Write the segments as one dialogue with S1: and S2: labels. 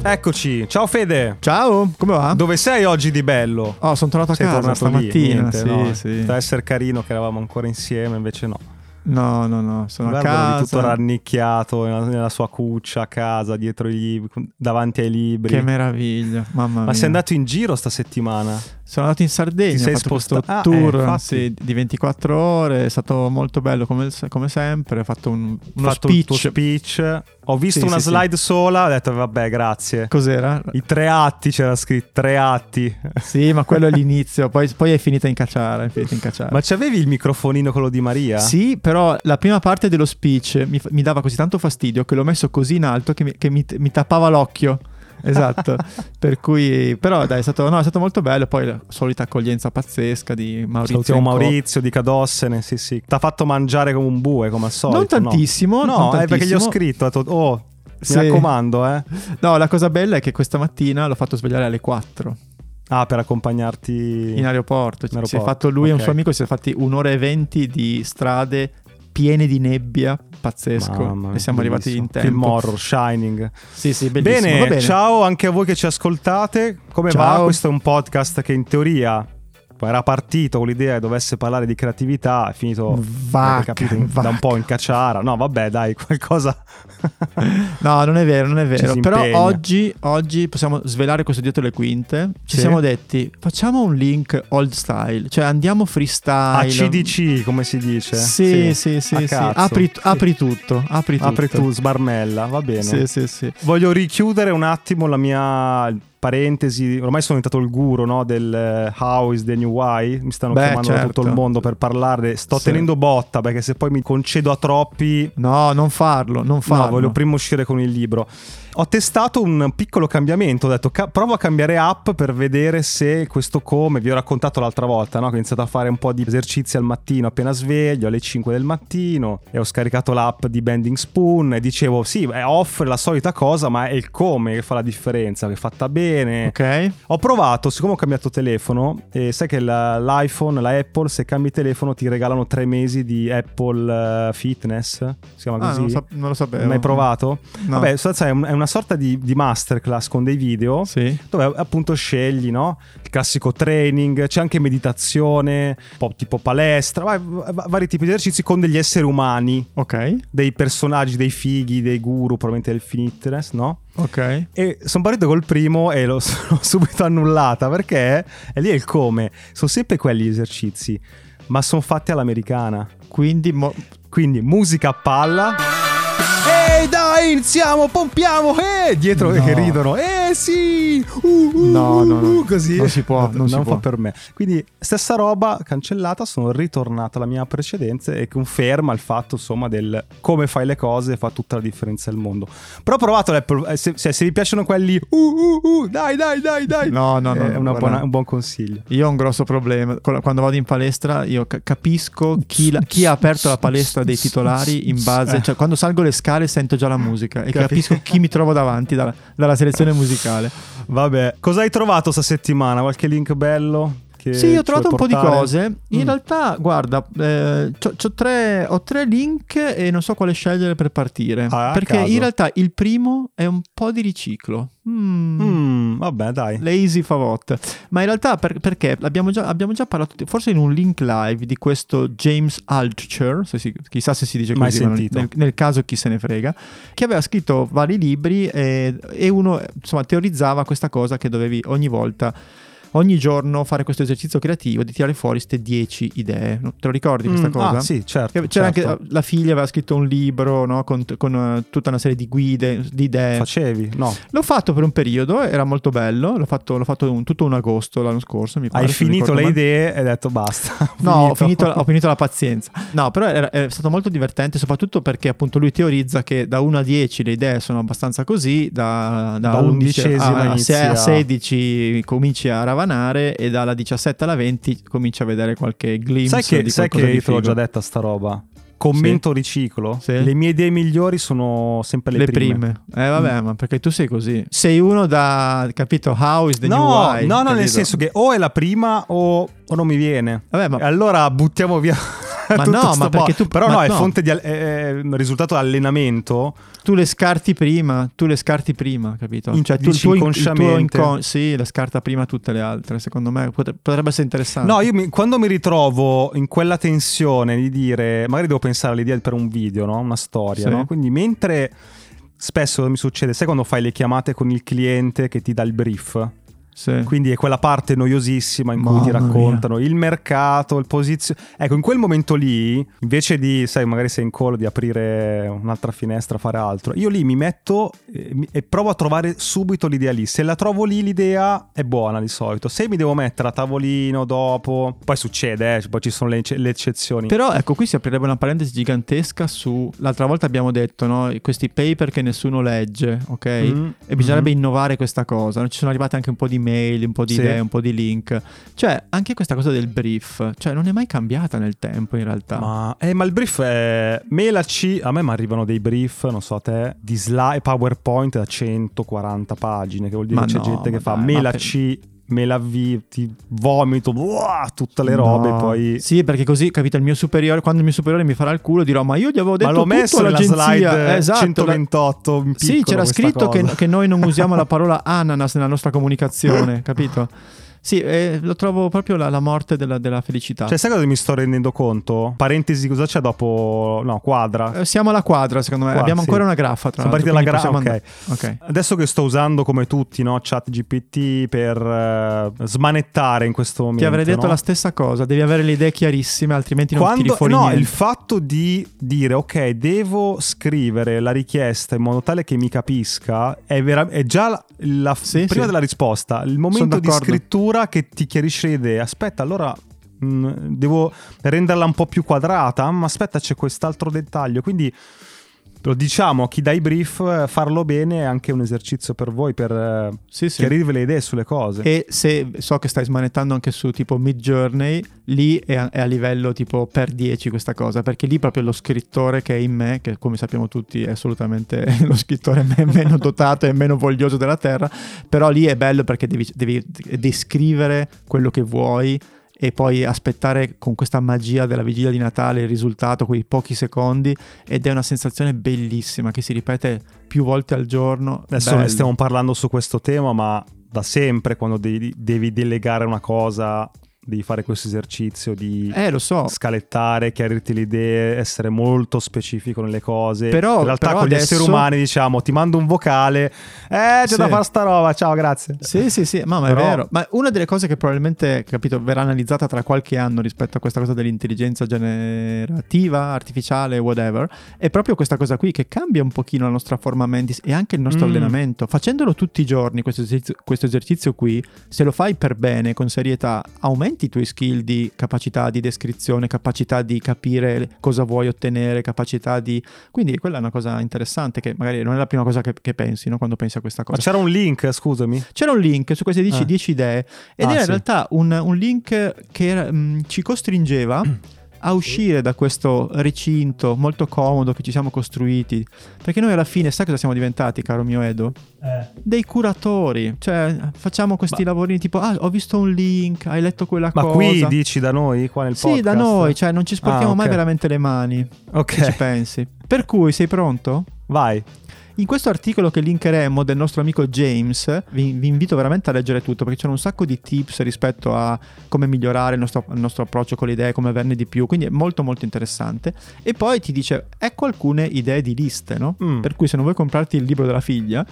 S1: Eccoci, ciao Fede.
S2: Ciao, come va?
S1: Dove sei oggi di bello?
S2: Oh, sono tornato Ah? a
S1: sei
S2: casa
S1: tornato lì?
S2: stamattina.
S1: Niente,
S2: sì,
S1: no?
S2: sì.
S1: Poteva essere carino che eravamo ancora insieme, invece no.
S2: No, no, no, sono a
S1: Guardalo
S2: casa.
S1: lì tutto rannicchiato nella, nella sua cuccia a casa, dietro i libri, davanti ai libri.
S2: Che meraviglia, mamma mia.
S1: Ma sei andato in giro sta settimana?
S2: Sono andato in Sardegna,
S1: Ti sei
S2: ho fatto questo
S1: sposta- Ah,
S2: tour
S1: eh, infatti.
S2: sì, di 24 ore, è stato molto bello come, come sempre, ho fatto un,
S1: Ho
S2: uno
S1: fatto il tuo
S2: speech.
S1: speech. Ho visto
S2: Sì,
S1: una
S2: sì, sì.
S1: slide sola, ho detto vabbè, grazie.
S2: Cos'era?
S1: I tre atti c'era scritto, tre atti.
S2: Sì, ma quello è l'inizio, poi, poi è finita in cacciare, è finita in cacciare.
S1: Ma c'avevi il microfonino quello di Maria?
S2: Eh. Sì, però la prima parte dello speech mi, fa- mi dava così tanto fastidio che l'ho messo così in alto che mi, che mi- mi tappava l'occhio. Esatto, per cui però dai è stato, no, è stato molto bello, poi la solita accoglienza pazzesca di Maurizio.
S1: Salutiamo
S2: and Co.
S1: Maurizio di Cadossene, sì sì. T'ha fatto mangiare come un bue, come al solito.
S2: Non tantissimo,
S1: No,
S2: non
S1: no eh, perché gli ho
S2: tantissimo.
S1: scritto, ho detto, oh,
S2: Sì.
S1: mi raccomando, eh.
S2: No, la cosa bella è che questa mattina l'ho fatto svegliare alle 4
S1: Ah, per accompagnarti...
S2: in aeroporto.
S1: In
S2: Si è
S1: aeroporto,
S2: fatto lui e un
S1: ok.
S2: suo amico, si è fatti un'ora e venti di strade piene di nebbia, pazzesco.
S1: Mamma mia,
S2: e siamo arrivati
S1: bellissimo.
S2: in tempo.
S1: Film horror, Shining.
S2: Sì, sì, bellissimo.
S1: Bene,
S2: Va bene.
S1: ciao anche a voi che ci ascoltate. Come va?
S2: Ciao.
S1: Questo è un podcast che in teoria era partito con l'idea che dovesse parlare di creatività, è finito avete
S2: Vacca,
S1: capito, in- da un
S2: vacca.
S1: po' in cacciara. No, vabbè, dai, qualcosa.
S2: No, non è vero, non è vero.
S1: si
S2: Però
S1: impegna.
S2: oggi, oggi possiamo svelare questo dietro le quinte. Ci
S1: Sì.
S2: siamo detti, facciamo un link old style, cioè andiamo freestyle.
S1: Ah, ACDC, come si dice?
S2: Sì, sì, sì.
S1: A
S2: sì.
S1: cazzo.
S2: Apri,
S1: Sì.
S2: apri tutto, apri tutto.
S1: Apri tu, sbarmella, va bene.
S2: Sì, sì, sì.
S1: Voglio richiudere un attimo la mia parentesi. Ormai sono diventato il guru no, del eh, How is the New Why. Mi stanno
S2: Beh,
S1: chiamando da tutto
S2: certo.
S1: il mondo per parlarne. Sto
S2: Sì.
S1: tenendo botta perché se poi mi concedo a troppi.
S2: No, non farlo, non farlo.
S1: No, voglio prima uscire con il libro. Ho testato un piccolo cambiamento. Ho detto "Ca- provo a cambiare app per vedere se questo come. Vi ho raccontato l'altra volta, no? Che ho iniziato a fare un po' di esercizi al mattino appena sveglio, alle 5 del mattino. E ho scaricato l'app di Bending Spoon. E dicevo, sì, eh, offre la solita cosa, ma è il come che fa la differenza. Che è fatta bene.
S2: Ok?
S1: Ho provato, siccome ho cambiato telefono, e sai che la- l'iPhone, la Apple, se cambi telefono ti regalano tre mesi di Apple eh, Fitness. Si chiama
S2: Ah,
S1: così?
S2: non, lo sa- non lo sapevo.
S1: Mai provato?
S2: No.
S1: Vabbè, in sostanza è, un- è una sorta di, di masterclass con dei video
S2: Sì.
S1: dove appunto scegli, no? Il classico training, c'è anche meditazione, un po' tipo palestra, va- va- vari tipi di esercizi con degli esseri umani,
S2: Ok,
S1: dei personaggi, dei fighi, dei guru, probabilmente del fitness, no?
S2: ok.
S1: E sono partito col primo e l'ho l'ho subito annullata perché è lì è il come. Sono sempre quelli gli esercizi, ma sono fatti all'americana.
S2: Quindi mo-
S1: Quindi musica a palla. Ehi dai, iniziamo, pompiamo. Eh, dietro
S2: No.
S1: che ridono. Eh sì. Uh, uh,
S2: No, no, no.
S1: uh, così.
S2: Non si può, non si
S1: fa
S2: può.
S1: per me. Quindi stessa roba cancellata, sono ritornato alla mia precedenza e conferma il fatto, insomma, del come fai le cose fa tutta la differenza del mondo. Però ho provato l'Apple- eh, se, se- se vi piacciono quelli uh, uh, uh, dai, dai, dai, dai.
S2: No, no, no,
S1: Eh, È
S2: no,
S1: una
S2: guarda.
S1: buona- un buon consiglio.
S2: Io ho un grosso problema. Con la- Quando vado in palestra, io ca- capisco chi, la- chi ha aperto la palestra dei titolari in base.
S1: Eh.
S2: Cioè, quando salgo le scale sento già la musica e
S1: Capi-
S2: capisco chi mi trovo davanti dalla, dalla selezione musicale.
S1: Eh, Vabbè, cosa hai trovato sta settimana? Qualche link bello? che
S2: Sì, ho
S1: ci
S2: trovato un
S1: vuoi
S2: po' di
S1: portare?
S2: cose. In
S1: Mm.
S2: realtà, guarda, eh, c'ho- c'ho tre- ho tre link e non so quale scegliere per partire.
S1: Ah, a
S2: perché
S1: caso.
S2: in realtà il primo è un po' di riciclo. Mm.
S1: Mm, vabbè, dai.
S2: Lazy Favot. Ma in realtà per- perché abbiamo già, abbiamo già parlato, di- forse in un link live, di questo James Altucher, se si- chissà se si dice
S1: Mai
S2: così, ma nel,
S1: sentito.
S2: nel- nel caso chi se ne frega, che aveva scritto vari libri eh, e, uno eh, insomma teorizzava questa cosa che dovevi ogni volta... Ogni giorno fare questo esercizio creativo di tirare fuori queste 10 idee. No, Te lo ricordi questa
S1: Mm,
S2: cosa?
S1: Ah, sì, certo.
S2: Che C'era
S1: certo.
S2: anche la figlia aveva scritto un libro no, con, con, eh, tutta una serie di guide, di
S1: eh,
S2: idee.
S1: Facevi? No.
S2: L'ho fatto per un periodo, era molto bello. L'ho fatto, l'ho fatto un- tutto un agosto l'anno scorso. Mi pare,
S1: Hai
S2: se non
S1: finito le
S2: ricordo male.
S1: idee e hai detto basta.
S2: No, ho finito, la- ho finito la pazienza. No, però era- è stato molto divertente, soprattutto perché appunto lui teorizza che da 1 a 10 le idee sono abbastanza così, da,
S1: Da
S2: 11
S1: undicesima
S2: a, a se-
S1: inizia-
S2: a 16 cominci a ravanare e dalla 17 alla 20 cominci a vedere qualche glimpse
S1: Sai che,
S2: di
S1: sai
S2: qualcosa
S1: che
S2: di
S1: io te l'ho
S2: figo.
S1: già detta sta roba? Commento riciclo.
S2: Sì.
S1: Le mie idee migliori sono sempre le, Mm.
S2: Le prime. Eh vabbè, ma perché tu sei così. Sei uno da, capito, how is the new
S1: No,
S2: why,
S1: no, no,
S2: capito?
S1: nel senso che o è la prima o, o non mi viene.
S2: Vabbè, ma
S1: Allora buttiamo via
S2: Ma
S1: tutto
S2: no,
S1: sto
S2: ma
S1: po'.
S2: perché tu-
S1: Però
S2: ma
S1: no, è
S2: no.
S1: fonte di al- è- è risultato di allenamento.
S2: Tu le scarti prima, tu le scarti prima, capito?
S1: In-
S2: cioè, tu, il
S1: dici
S2: tuo, il tuo
S1: inconsciamente.
S2: incon- sì, la scarta prima tutte le altre, secondo me potre- potrebbe essere interessante.
S1: No, io mi- quando mi ritrovo in quella tensione di dire, magari devo pensare all'idea per un video, no? una storia,
S2: Sì.
S1: no? quindi mentre spesso mi succede, sai quando fai le chiamate con il cliente che ti dà il brief?
S2: Sì.
S1: Quindi è quella parte noiosissima in cui ti
S2: Mamma
S1: raccontano il mercato, il posizionamento. Ecco, in quel momento lì, invece di, sai, magari sei in collo di aprire un'altra finestra, fare altro, io lì mi metto eh, mi- e, provo a trovare subito l'idea lì. Se la trovo lì, l'idea è buona di solito. Se mi devo mettere a tavolino dopo, poi succede, eh, poi ci sono le, le eccezioni.
S2: Però ecco, qui si aprirebbe una parentesi gigantesca su... L'altra volta abbiamo detto, no? Questi paper che nessuno legge, ok?
S1: Mm,
S2: E bisognerebbe
S1: mhm.
S2: innovare questa cosa. Ci sono arrivate anche un po' di mail, un po' di
S1: Sì.
S2: idee, un po' di link. Cioè, anche questa cosa del brief, cioè, non è mai cambiata nel tempo in realtà.
S1: Ma, eh, ma il brief è melaci. A me mi arrivano dei brief, non so a te, di slide PowerPoint da 140 pagine, che vuol dire
S2: Ma
S1: che c'è
S2: no,
S1: gente che
S2: ma
S1: fa
S2: dai, ma per-
S1: melaci, melavi, ti vomito, uah, tutte le robe.
S2: No.
S1: Poi
S2: Sì, perché così, capito, il mio superiore, quando il mio superiore mi farà il culo, dirò, ma io gli avevo detto
S1: ma l'ho
S2: tutto
S1: messo nella
S2: all'agenzia.
S1: slide eh,
S2: Esatto, la-
S1: 128. in
S2: Sì,
S1: piccolo
S2: c'era
S1: questa
S2: scritto che,
S1: cosa.
S2: che noi non usiamo la parola ananas nella nostra comunicazione, capito? Sì, eh, lo trovo proprio la, la morte della, della felicità.
S1: Cioè, sai cosa mi sto rendendo conto? Parentesi, cosa c'è dopo? No, quadra.
S2: Eh, Siamo alla quadra, secondo me.
S1: Qua,
S2: Abbiamo
S1: sì.
S2: ancora una graffa, tra
S1: Siamo
S2: l'altro.
S1: partiti dalla
S2: quindi
S1: graffa,
S2: possiamo andare-
S1: Adesso che sto usando come tutti, no? Chat GPT per eh, smanettare in questo
S2: ok.
S1: momento.
S2: Ti avrei detto
S1: no?
S2: la stessa cosa, devi avere le idee chiarissime, altrimenti non
S1: Quando-
S2: tiri fuori
S1: no,
S2: niente.
S1: il fatto di dire ok, devo scrivere la richiesta in modo tale che mi capisca è, vera- è già la, la-
S2: Sì,
S1: prima
S2: sì.
S1: della risposta, il momento di
S2: d'accordo.
S1: scrittura che ti chiarisce le idee. Aspetta, allora mh, devo renderla un po' più quadrata, ma aspetta c'è quest'altro dettaglio, quindi lo diciamo a chi dà i brief, eh, farlo bene è anche un esercizio per voi per eh,
S2: Sì, sì.
S1: chiarirvi le idee sulle cose.
S2: E se so che stai smanettando anche su tipo Mid Journey, lì è a, è a livello tipo per 10 questa cosa, perché lì proprio lo scrittore che è in me, che come sappiamo tutti è assolutamente lo scrittore me- meno dotato e meno voglioso della terra, però lì è bello perché devi, devi descrivere quello che vuoi e poi aspettare con questa magia della vigilia di Natale il risultato, quei pochi secondi, ed è una sensazione bellissima che si ripete più volte al giorno.
S1: Adesso
S2: Bello.
S1: ne stiamo parlando su questo tema, ma da sempre quando devi, devi delegare una cosa, devi fare questo esercizio di
S2: Eh, lo so.
S1: scalettare, chiarirti le idee, essere molto specifico nelle cose.
S2: Però-
S1: In realtà
S2: però
S1: con gli
S2: adesso-
S1: esseri umani diciamo ti mando un vocale, eh c'è
S2: Sì.
S1: da fare sta roba, ciao grazie.
S2: Sì, sì, sì, ma, ma
S1: Però-
S2: è vero. Ma una delle cose che probabilmente, capito, verrà analizzata tra qualche anno rispetto a questa cosa dell'intelligenza generativa, artificiale, whatever, è proprio questa cosa qui che cambia un pochino la nostra forma mentis e anche il nostro
S1: Mm.
S2: allenamento. Facendolo tutti i giorni, questo esercizio, questo esercizio qui, se lo fai per bene, con serietà, aumenti i tuoi skill di capacità di descrizione, capacità di capire cosa vuoi ottenere, capacità di... Quindi quella è una cosa interessante che magari non è la prima cosa che, che pensi, no? Quando pensi a questa cosa.
S1: Ma c'era un link, scusami.
S2: C'era un link su queste 10,
S1: Ah.
S2: 10 idee ed
S1: Ah,
S2: era in
S1: sì.
S2: realtà un, un link che era- mh, ci costringeva a uscire da questo recinto molto comodo che ci siamo costruiti. Perché noi alla fine, sai cosa siamo diventati, caro mio Edo? Dei curatori. Cioè, facciamo questi lavorini tipo, ah, ho visto un link, hai letto quella
S1: Ma
S2: cosa.
S1: qui dici da noi, qua nel
S2: Sì,
S1: podcast?
S2: da noi, cioè non ci sporchiamo
S1: Ah, ok.
S2: mai veramente le mani, se ci
S1: Ok,
S2: pensi. Per cui, sei pronto?
S1: vai.
S2: In questo articolo che linkeremo del nostro amico James, vi, vi invito veramente a leggere tutto perché c'erano un sacco di tips rispetto a come migliorare il nostro, il nostro approccio con le idee, come averne di più, quindi è molto molto interessante. E poi ti dice, ecco alcune idee di liste, no?
S1: Mm.
S2: Per cui se non vuoi comprarti il libro della figlia,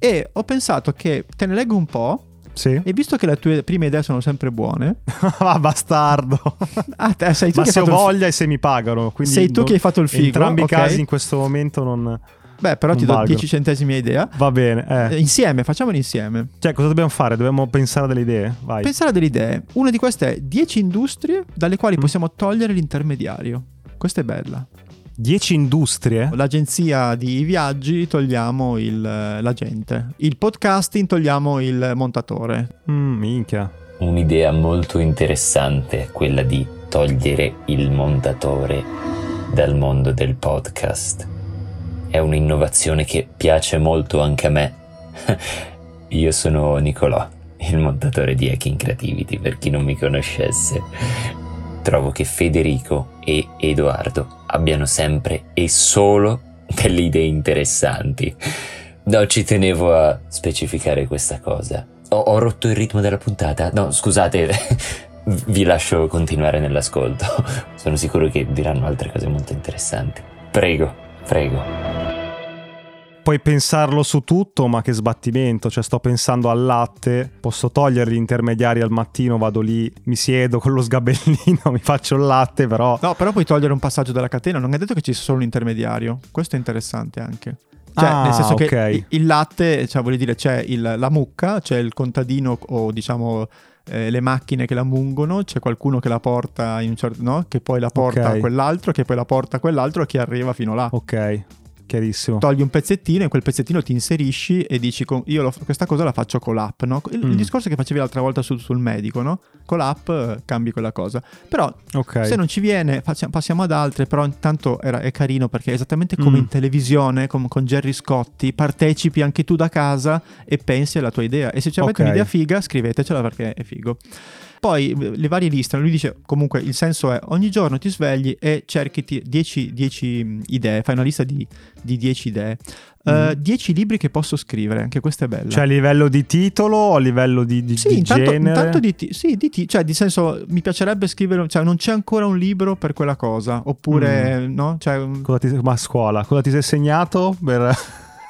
S2: e ho pensato che te ne leggo un po',
S1: Sì.
S2: e visto che le tue prime idee sono sempre buone,
S1: Va bastardo.
S2: ah, te, sei tu
S1: Ma
S2: che hai
S1: se ho
S2: fatto il fi-
S1: voglia e se mi pagano. quindi
S2: Sei tu
S1: non-
S2: che hai fatto il figo,
S1: In entrambi
S2: ok.
S1: i casi in questo momento non...
S2: Beh, però ti
S1: un
S2: do
S1: valgo.
S2: 10 centesimi a idea.
S1: Va bene, eh.
S2: Eh, Insieme, facciamolo insieme.
S1: Cioè, cosa dobbiamo fare? Dobbiamo pensare a delle idee? Vai.
S2: Pensare a delle idee. Una di queste è 10 industrie dalle quali
S1: Mm.
S2: possiamo togliere l'intermediario. Questa è bella.
S1: 10 industrie?
S2: L'agenzia di viaggi togliamo il, eh, l'agente. Il podcasting togliamo il montatore.
S1: Mm, minchia.
S3: Un'idea molto interessante è quella di togliere il montatore dal mondo del podcast. È un'innovazione che piace molto anche a me. Io sono Nicolò, il montatore di Hacking Creativity, per chi non mi conoscesse. trovo che Federico e Edoardo abbiano sempre e solo delle idee interessanti. No, ci tenevo a specificare questa cosa. Ho, ho rotto il ritmo della puntata. No, scusate, vi lascio continuare nell'ascolto. Sono sicuro che diranno altre cose molto interessanti. Prego, prego
S1: puoi pensarlo su tutto, ma che sbattimento, cioè sto pensando al latte, posso togliere gli intermediari al mattino, vado lì, mi siedo con lo sgabellino, mi faccio il latte, però...
S2: No, però puoi togliere un passaggio dalla catena, non è detto che ci sia solo un intermediario, questo è interessante anche. Cioè,
S1: ah,
S2: nel senso
S1: okay.
S2: che il latte, cioè, vuol dire, c'è il, la mucca, c'è il contadino o diciamo eh, le macchine che la mungono, c'è qualcuno che la porta in un certo... no? Che poi la porta
S1: Okay.
S2: a quell'altro, che poi la porta a quell'altro e che arriva fino là.
S1: Ok, chiarissimo.
S2: togli un pezzettino e quel pezzettino ti inserisci e dici con- io lo- questa cosa la faccio con l'app no? il, il
S1: Mm.
S2: discorso che facevi l'altra volta sul, sul medico no? con l'app eh, cambi quella cosa però
S1: Ok.
S2: se non ci viene faccia- passiamo ad altre però intanto era- è carino perché è esattamente come
S1: Mm.
S2: in televisione com- con Gerry Scotti partecipi anche tu da casa e pensi alla tua idea e se ci avete
S1: Ok.
S2: un'idea figa scrivetecela perché è figo poi eh, le varie liste, lui dice comunque il senso è ogni giorno ti svegli e cerchi 10 idee, fai una lista di di 10 idee. Eh,
S1: Mm.
S2: 10 libri che posso scrivere, anche questa è bella.
S1: Cioè a livello di titolo o a livello di, di,
S2: sì,
S1: di
S2: intanto,
S1: genere?
S2: intanto di ti- sì, di ti- cioè di senso mi piacerebbe scrivere, cioè non c'è ancora un libro per quella cosa, oppure
S1: Mm.
S2: no? Cioè,
S1: Cosa ti- ma a scuola, cosa ti sei segnato? Per...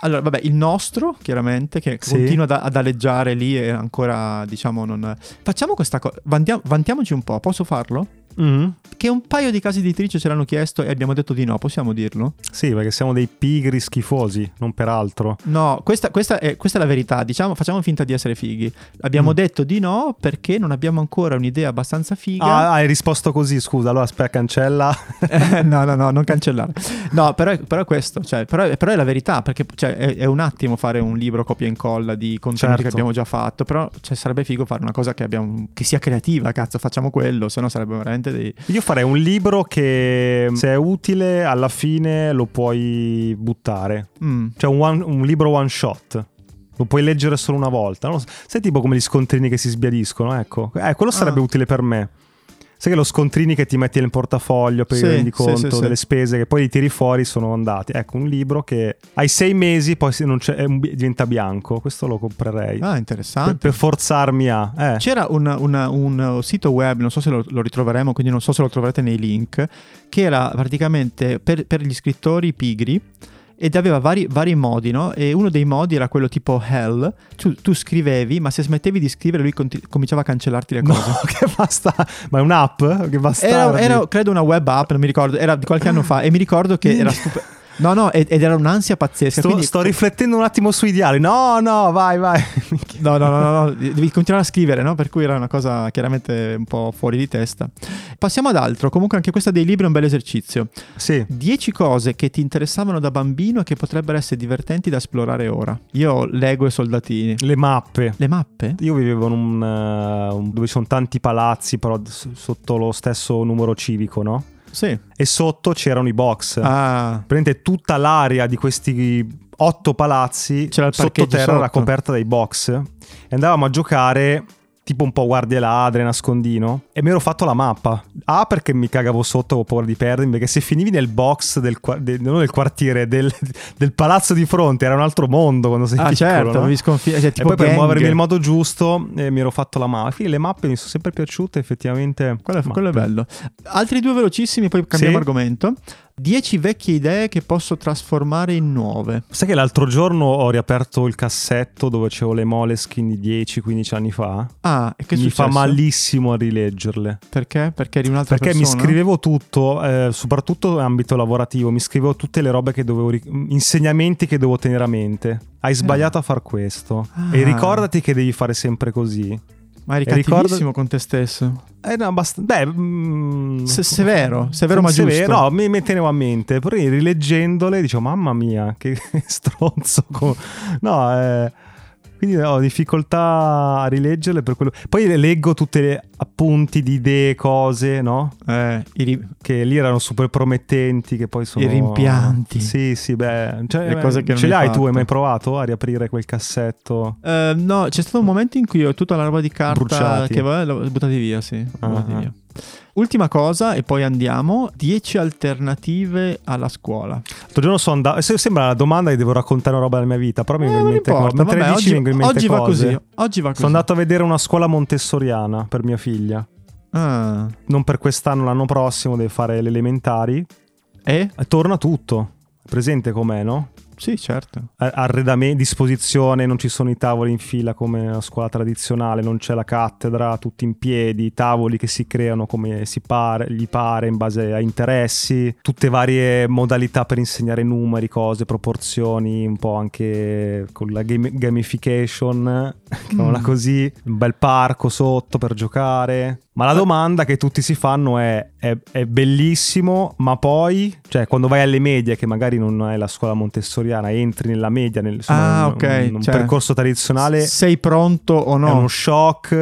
S2: allora, vabbè, il nostro, chiaramente, che
S1: Sì.
S2: continua ad, ad aleggiare lì e ancora, diciamo, non... Facciamo questa cosa, vantiamoci un po', posso farlo?
S1: Mm?
S2: Che un paio di case editrici ce l'hanno chiesto e abbiamo detto di no, possiamo dirlo?
S1: Sì, perché siamo dei pigri schifosi, non per altro.
S2: No, questa, questa è, questa è la verità, diciamo, facciamo finta di essere fighi. Abbiamo
S1: Mm.
S2: detto di no perché non abbiamo ancora un'idea abbastanza figa.
S1: Ah, hai risposto così, scusa, allora aspetta, cancella.
S2: no, no, no, non cancellare. No, però è, però è questo, cioè, però, è- però è la verità, perché cioè, è, è un attimo fare un libro copia e incolla di contenuti
S1: Certo.
S2: che abbiamo già fatto, però cioè, sarebbe figo fare una cosa che, abbiamo, che sia creativa, cazzo, facciamo quello, sennò sarebbe veramente dei...
S1: Io farei un libro che mm, se è utile alla fine lo puoi buttare.
S2: Mm.
S1: Cioè un, one- un libro one shot. Lo puoi leggere solo una volta. Non lo so. Sai tipo come gli scontrini che si sbiadiscono, ecco. Eh, quello sarebbe
S2: Ah.
S1: utile per me. Sai che lo scontrini che ti metti nel portafoglio per
S2: Sì,
S1: il rendiconto
S2: sì, sì, sì.
S1: delle spese che poi li tiri fuori sono andati. Ecco, un libro che hai sei mesi, poi se non c'è- è un bi- diventa bianco. Questo lo comprerei.
S2: Ah,
S1: per,
S2: interessante.
S1: per forzarmi a... Eh.
S2: C'era un, un- un sito web, non so se lo, lo ritroveremo, quindi non so se lo troverete nei link, che era praticamente per, per gli scrittori pigri ed aveva vari, vari modi, no? E uno dei modi era quello tipo hell, tu, tu scrivevi, ma se smettevi di scrivere lui conti- cominciava a cancellarti le
S1: No,
S2: cose.
S1: che basta. Ma è un'app? Che basta.
S2: Era, era, credo una web app, non mi ricordo, era di qualche anno fa e mi ricordo che era stup- No, no, ed, ed era un'ansia pazzesca.
S1: Sto,
S2: quindi-
S1: sto riflettendo un attimo sui ideali. No, no, vai, vai. Minchia.
S2: No, no, no, no, no, devi continuare a scrivere, no? Per cui era una cosa chiaramente un po' fuori di testa. Passiamo ad altro, comunque anche questa dei libri è un bel esercizio.
S1: Sì.
S2: 10 cose che ti interessavano da bambino e che potrebbero essere divertenti da esplorare ora. Io leggo e soldatini.
S1: Le mappe.
S2: Le mappe?
S1: Io vivevo in un, eh, un- dove ci sono tanti palazzi, però s- sotto lo stesso numero civico, no?
S2: Sì.
S1: E sotto c'erano i box.
S2: Ah,
S1: Prendete tutta l'area di questi otto palazzi
S2: C'era il parcheggio
S1: sottoterra era
S2: sotto.
S1: coperta dai box. E andavamo a giocare tipo un po' guardie ladre, nascondino. E mi ero fatto la mappa. A perché mi cagavo sotto, avevo paura di perdermi. Perché se finivi nel box, del, qua- de- non del quartiere, del, del palazzo di fronte, era un altro mondo quando sei
S2: ah
S1: piccolo.
S2: certo,
S1: no?
S2: devi sconfiggere. Cioè,
S1: E
S2: tipo
S1: poi per
S2: gang.
S1: muovermi nel modo giusto eh, mi ero fatto la mappa. Quindi le mappe mi sono sempre piaciute, effettivamente.
S2: Quello è,
S1: Ma-
S2: quello è bello. Altri due velocissimi, poi cambiamo
S1: Sì.
S2: argomento. 10 vecchie idee che posso trasformare in nuove.
S1: Sai che l'altro giorno ho riaperto il cassetto dove c'avevo le Moleskine di 10-15 anni fa?
S2: Ah, e che
S1: mi fa
S2: successo?
S1: malissimo a rileggerle.
S2: Perché? Perché eri un'altra
S1: Perché mi
S2: persona?
S1: scrivevo tutto, eh, soprattutto in ambito lavorativo, mi scrivevo tutte le robe che dovevo, ri- mm, insegnamenti che dovevo tenere a mente. Hai sbagliato a far questo.
S2: Eh. Ah.
S1: E ricordati che devi fare sempre così.
S2: Ma eri
S1: E ricordo-
S2: cattivissimo con te stesso.
S1: Eh, no, abbast- beh, mm,
S2: Se- severo, severo ma giusto.
S1: Severo, no, mi, mi tenevo a mente. Poi rileggendole dicevo, mamma mia, che stronzo. co-". No, eh, quindi ho difficoltà a rileggerle per quello. Poi le leggo tutte le appunti di idee, cose, no?
S2: Eh, i ri-
S1: Che lì erano super promettenti, che poi sono...
S2: I rimpianti.
S1: Sì, sì, beh... cioè,
S2: Le cose che
S1: ce
S2: non
S1: le hai
S2: hai
S1: tu? Hai
S2: fatto.
S1: mai provato a riaprire quel cassetto?
S2: Eh, no, c'è stato un momento in cui ho tutta la roba di carta
S1: Bruciati.
S2: che va, l'ho buttati via, sì. l'ho
S1: Ah,
S2: buttati
S1: ah.
S2: via. Ultima cosa e poi andiamo, 10 alternative alla scuola.
S1: L'altro giorno sono andato. se- Sembra una domanda che devo raccontare una roba della mia vita, però mi
S2: Eh,
S1: vengono
S2: non
S1: in mente
S2: importa,
S1: cose. Mentre
S2: vabbè,
S1: le dici
S2: oggi-
S1: mi vengono in mente
S2: oggi va
S1: cose.
S2: così, oggi va così.
S1: Sono andato a vedere una scuola montessoriana per mia figlia.
S2: Ah,
S1: Non per quest'anno, l'anno prossimo deve fare le elementari.
S2: eh?
S1: Eh, Torna tutto. Presente com'è, no?
S2: Sì, certo.
S1: Eh, Arredamento, disposizione, non ci sono i tavoli in fila come nella scuola tradizionale, non c'è la cattedra, tutti in piedi, tavoli che si creano come si pare, gli pare in base a interessi, tutte varie modalità per insegnare numeri, cose, proporzioni, un po' anche con la game- gamification, chiamiamola
S2: Mm.
S1: così, un bel parco sotto per giocare. Ma la domanda che tutti si fanno è, è, è bellissimo, ma poi, cioè quando vai alle medie, che magari non è la scuola montessoriana, entri nella media, nel, insomma,
S2: Ah,
S1: un-
S2: ok,
S1: un, un
S2: cioè,
S1: percorso tradizionale,
S2: Sei pronto o
S1: è
S2: no?
S1: uno shock,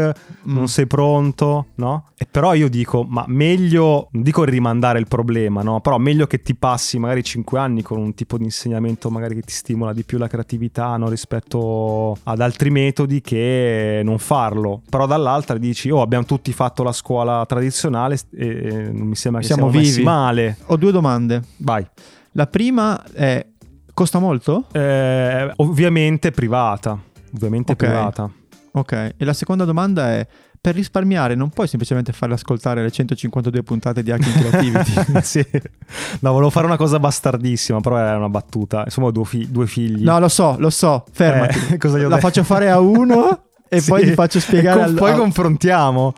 S2: Mm.
S1: non sei pronto, no? E però io dico, ma meglio, non dico rimandare il problema, no? Però meglio che ti passi magari 5 anni con un tipo di insegnamento magari che ti stimola di più la creatività, no? Rispetto ad altri metodi che non farlo. Però dall'altra dici, oh abbiamo tutti fatto la scuola tradizionale e e non mi sembra che siamo,
S2: Siamo
S1: messi
S2: vivi."
S1: male.
S2: Ho due domande.
S1: Vai.
S2: La prima è costa molto?
S1: Eh, ovviamente privata. Ovviamente
S2: Ok.
S1: privata.
S2: Ok, e la seconda domanda è per risparmiare non puoi semplicemente farle ascoltare le 152 puntate di Hacking Creativity.
S1: sì. No, volevo fare una cosa bastardissima, però era una battuta. Insomma, ho due, fi- due figli.
S2: no, lo so, lo so, fermati.
S1: Eh, cosa gli ho
S2: la
S1: detto?
S2: faccio fare a uno e
S1: Sì.
S2: poi ti faccio spiegare
S1: E con-
S2: al-
S1: poi
S2: a-
S1: confrontiamo.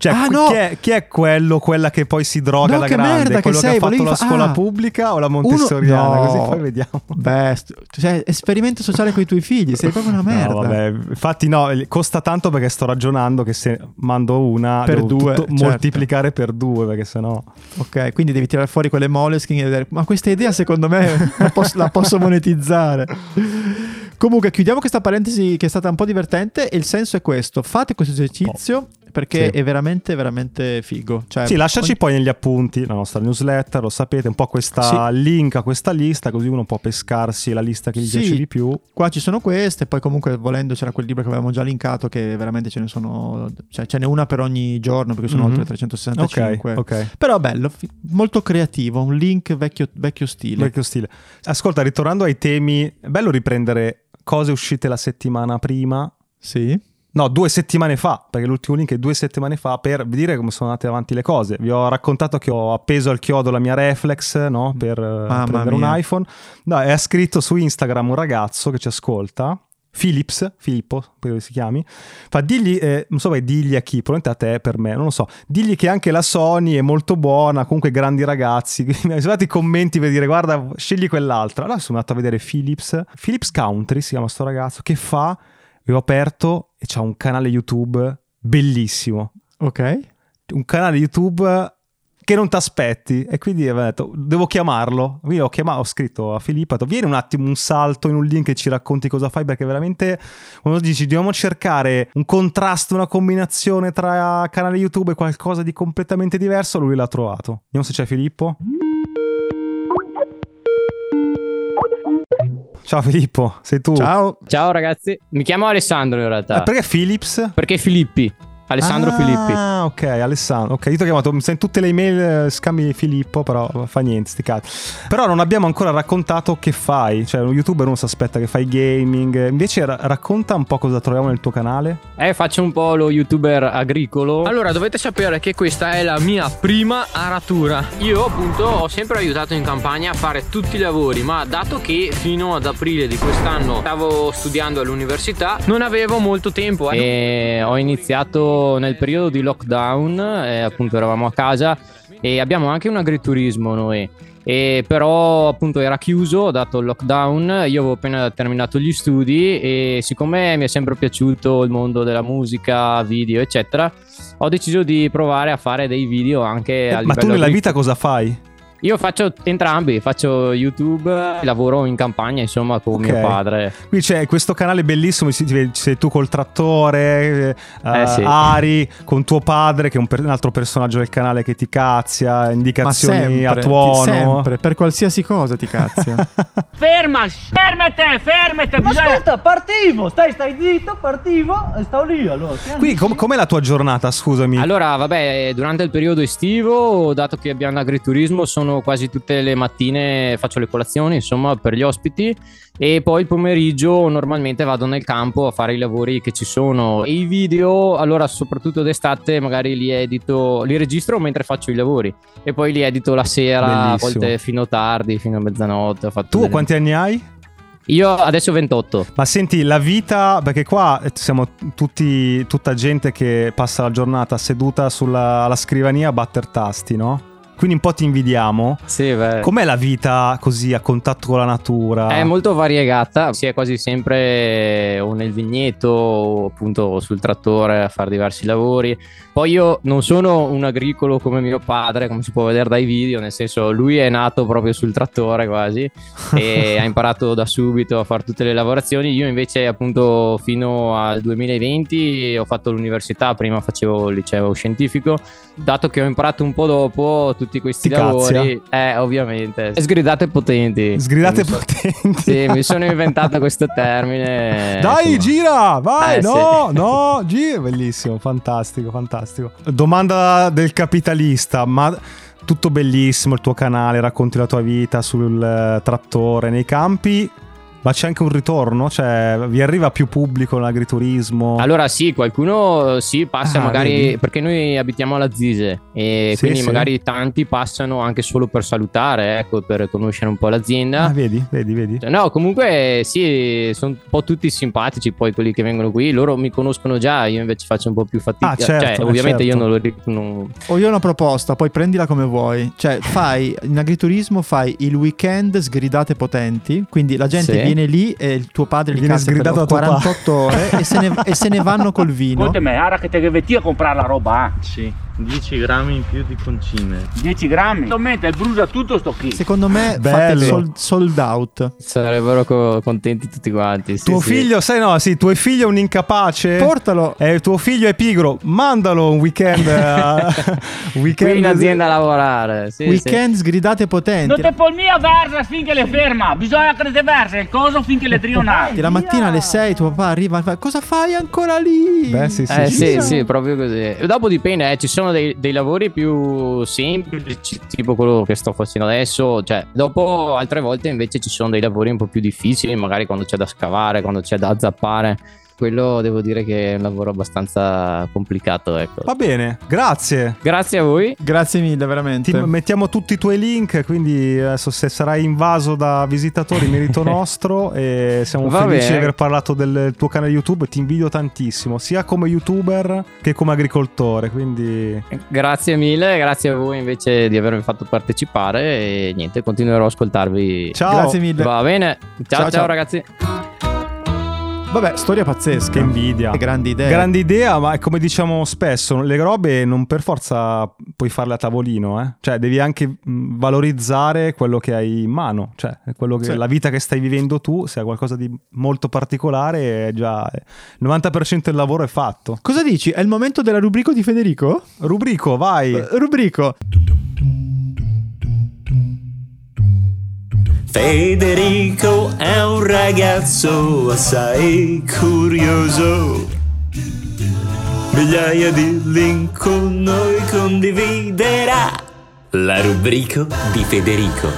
S1: Cioè,
S2: Ah,
S1: chi,
S2: no!
S1: è, chi è quello, quella che poi si droga
S2: No,
S1: da
S2: che
S1: grande?
S2: merda che
S1: quello che,
S2: sei,
S1: ha fatto
S2: volevi
S1: la
S2: fa-
S1: scuola
S2: ah!
S1: pubblica o la
S2: Uno-
S1: montessoriana?
S2: No.
S1: Così poi vediamo.
S2: Beh, st- cioè, esperimento sociale con i tuoi figli, sei proprio una merda.
S1: No, vabbè. Infatti, no, costa tanto perché sto ragionando che se mando una
S2: Per
S1: devo
S2: due,
S1: tutto
S2: certo.
S1: moltiplicare per due, perché sennò.
S2: Ok, quindi devi tirare fuori quelle moleskin e vedere, ma questa idea secondo me la posso, la posso monetizzare. Comunque, chiudiamo questa parentesi che è stata un po' divertente e il senso è questo, fate questo esercizio perché
S1: Sì.
S2: è veramente, veramente figo. Cioè,
S1: Sì, lasciaci
S2: ogni-
S1: poi negli appunti la nostra newsletter, lo sapete, un po' questa link a questa lista, così uno può pescarsi la lista che gli
S2: Sì.
S1: piace di più.
S2: Qua ci sono queste, poi comunque volendo c'era quel libro che avevamo già linkato che veramente ce ne sono, cioè ce n'è una per ogni giorno perché sono
S1: Mhm.
S2: oltre 365.
S1: Ok, ok.
S2: Però bello, fi- molto creativo, un link vecchio, vecchio stile.
S1: Vecchio stile. Ascolta, ritornando ai temi, è bello riprendere cose uscite la settimana prima.
S2: Sì.
S1: No, due settimane fa, perché l'ultimo link è due settimane fa per vedere come sono andate avanti le cose. Vi ho raccontato che ho appeso al chiodo la mia reflex no, per eh,
S2: Mamma
S1: prendere
S2: mia.
S1: un iPhone. No, e ha scritto su Instagram un ragazzo che ci ascolta, Philips, Filippo, credo si chiami, Fa digli, eh, non so, vai, digli a chi, probabilmente a te, per me, non lo so. Digli che anche la Sony è molto buona, comunque grandi ragazzi. Mi sono arrivati i commenti per dire, guarda, scegli quell'altra. Allora sono andato a vedere Philips, Philips Country si chiama sto ragazzo, che fa, e ho aperto e c'ha un canale YouTube bellissimo.
S2: Ok.
S1: Un canale YouTube che non ti aspetti. E quindi avevo detto, devo chiamarlo. Quindi ho, chiamato, ho scritto a Filippo, ho detto, vieni un attimo un salto in un link e ci racconti cosa fai, perché veramente quando dici dobbiamo cercare un contrasto, una combinazione tra canale YouTube e qualcosa di completamente diverso, lui l'ha trovato. Vediamo se c'è Filippo. Ciao Filippo, sei tu.
S2: Ciao.
S4: Ciao ragazzi, mi chiamo Alessandro in
S1: Eh,
S4: realtà.
S1: perché Philips?
S4: Perché Filippi? Alessandro
S1: ah,
S4: Filippi.
S1: Ah, ok, Alessandro. Ok, io ti ho chiamato. Mi sa in tutte le email eh, scambi Filippo, però fa niente, sti cazzi. Però non abbiamo ancora raccontato che fai. Cioè, un youtuber non si aspetta che fai gaming. Invece, ra- racconta un po' cosa troviamo nel tuo canale.
S4: Eh, faccio un po' lo youtuber agricolo.
S5: Allora, dovete sapere che questa è la mia prima aratura. Io appunto ho sempre aiutato in campagna a fare tutti i lavori, ma dato che fino ad aprile di quest'anno stavo studiando all'università, non avevo molto tempo.
S4: E ho iniziato nel periodo di lockdown, eh, appunto eravamo a casa e abbiamo anche un agriturismo noi. E però appunto era chiuso, dato il lockdown, io avevo appena terminato gli studi e siccome mi è sempre piaciuto il mondo della musica, video eccetera, ho deciso di provare Eh, a fare dei video anche a
S1: Eh, Ma tu
S4: livello
S1: nella
S4: agricolo.
S1: vita cosa fai?
S4: Io faccio entrambi, faccio YouTube, lavoro in campagna insomma con
S1: Ok.
S4: mio padre.
S1: Qui c'è questo canale bellissimo, si- ti- sei tu col trattore, eh,
S4: Eh, sì.
S1: Ari con tuo padre che è un, per- un altro personaggio del canale che ti cazia,
S2: Ma
S1: indicazioni
S2: sempre,
S1: a tuono.
S2: ti- sempre, per qualsiasi cosa ti cazzo.
S6: Ferma! Fermate, fermate!
S7: Ma
S6: bisogna-
S7: aspetta, partivo, stai, stai zitto, partivo e stavo lì allora.
S1: Qui com- com'è la tua giornata, scusami?
S4: Allora, vabbè, durante il periodo estivo, dato che abbiamo l'agriturismo, sono quasi tutte le mattine, faccio le colazioni, insomma, per gli ospiti e poi il pomeriggio normalmente vado nel campo a fare i lavori che ci sono. E I video, allora, soprattutto d'estate, magari li edito, li registro mentre faccio i lavori e poi li edito la sera,
S1: Bellissimo.
S4: a volte fino tardi, fino a mezzanotte. ho fatto
S1: tu
S4: delle-
S1: quanti anni hai?
S4: Io adesso ho 28.
S1: Ma senti, la vita, perché qua eh, siamo tutti, tutta gente che passa la giornata seduta sulla alla scrivania a batter tasti, no? Quindi un po' ti invidiamo.
S4: Sì, beh.
S1: Com'è la vita così a contatto con la natura?
S4: È molto variegata, si è quasi sempre o nel vigneto o appunto sul trattore a fare diversi lavori. Poi io non sono un agricolo come mio padre, come si può vedere dai video, nel senso lui è nato proprio sul trattore quasi e ha imparato da subito a fare tutte le lavorazioni. Io invece appunto fino al 2020 ho fatto l'università, prima facevo il liceo scientifico, dato che ho imparato un po' dopo tutti questi
S1: Ti
S4: lavori, eh, ovviamente. Sgridate potenti.
S1: Sgridate
S4: Mi so-
S1: potenti.
S4: sì, mi sono inventato questo termine.
S1: Dai,
S4: insomma.
S1: gira, vai,
S4: Eh,
S1: no,
S4: sì.
S1: no, gira, bellissimo, fantastico, fantastico. Domanda del capitalista, ma tutto bellissimo il tuo canale, racconti la tua vita sul eh, trattore, nei campi, ma c'è anche un ritorno? Cioè, vi arriva più pubblico l'agriturismo?
S4: Allora sì, qualcuno eh, sì passa
S1: Ah,
S4: magari
S1: vedi.
S4: perché noi abbiamo alla Zise e
S1: Sì,
S4: quindi
S1: sì.
S4: magari tanti passano anche solo per salutare, ecco, per conoscere un po' l'azienda.
S1: Ah, vedi, vedi, vedi.
S4: No, comunque sì, sono un po' tutti simpatici poi quelli che vengono qui, loro mi conoscono già, io invece faccio un po' più fatica.
S1: Ah, certo,
S4: cioè,
S1: eh,
S4: ovviamente
S1: certo.
S4: io non lo ri- non-
S2: Ho io una proposta, poi prendila come vuoi. Cioè, fai in agriturismo fai il weekend sgridate potenti, quindi la gente
S4: Sì.
S2: viene lì e il tuo padre li
S1: Viene
S2: cazza per
S1: sgridato a tuo
S2: 48
S1: padre.
S2: ore e se, ne, e se ne vanno col vino.
S6: Ascolta me, ara che te che vetti a comprare la roba, eh.
S8: Sì, 10 grammi in più di concime.
S6: 10 grammi. Mentre il brucia tutto sto chi.
S2: Secondo me fate il
S1: Bello.
S2: sold, sold out.
S4: sarebbero co- contenti tutti quanti. sì,
S1: tuo
S4: sì.
S1: figlio, sai no, sì, tuo figlio è un incapace.
S2: Portalo.
S1: Eh, tuo figlio è pigro, mandalo un weekend, a- weekend
S4: qui in azienda a lavorare. Sì, sì.
S2: weekend sgridate
S6: Non
S2: potenti.
S6: te polmia versa finché le ferma. Bisogna che te versa il coso finché le trionate.
S2: La mattina alle 6 tuo papà arriva e fa cosa fai ancora lì?
S1: ah. Beh, sì,
S4: Eh sì,
S2: Sì.
S4: sì, proprio così. E Dopo dipende, eh, ci sono dei, dei lavori più semplici, tipo quello che sto facendo adesso. Cioè, dopo altre volte invece ci sono dei lavori un po' più difficili, magari quando c'è da scavare, quando c'è da zappare. Quello devo dire che è un lavoro abbastanza complicato, ecco.
S1: Va bene, grazie.
S4: Grazie a voi.
S2: Grazie mille, veramente.
S1: Ti mettiamo tutti i tuoi link, quindi adesso se sarai invaso da visitatori merito nostro e siamo
S4: Va
S1: felici
S4: bene.
S1: di aver parlato del tuo canale YouTube, ti invidio tantissimo, sia come youtuber che come agricoltore, quindi
S4: Grazie mille, grazie a voi invece di avermi fatto partecipare e niente, continuerò a ascoltarvi.
S1: ciao.
S2: Grazie mille.
S4: Va bene.
S2: Ciao,
S4: Ciao ciao,
S2: ciao.
S4: ragazzi.
S2: Vabbè, storia pazzesca.
S1: Che invidia.
S2: Grandi idee.
S1: Grande idea, ma come diciamo spesso, le robe non per forza puoi farle a tavolino, eh? cioè devi anche mh, valorizzare quello che hai in mano, cioè quello che-
S2: Sì.
S1: la vita che stai vivendo tu, se è qualcosa di molto particolare, è già il 90% del lavoro è fatto.
S2: Cosa dici? È il momento della rubrico di Federico?
S1: Rubrico, vai!
S2: Eh, Rubrico.
S9: Federico è un ragazzo assai curioso. Migliaia di link con noi condividerà. La rubrica di Federico.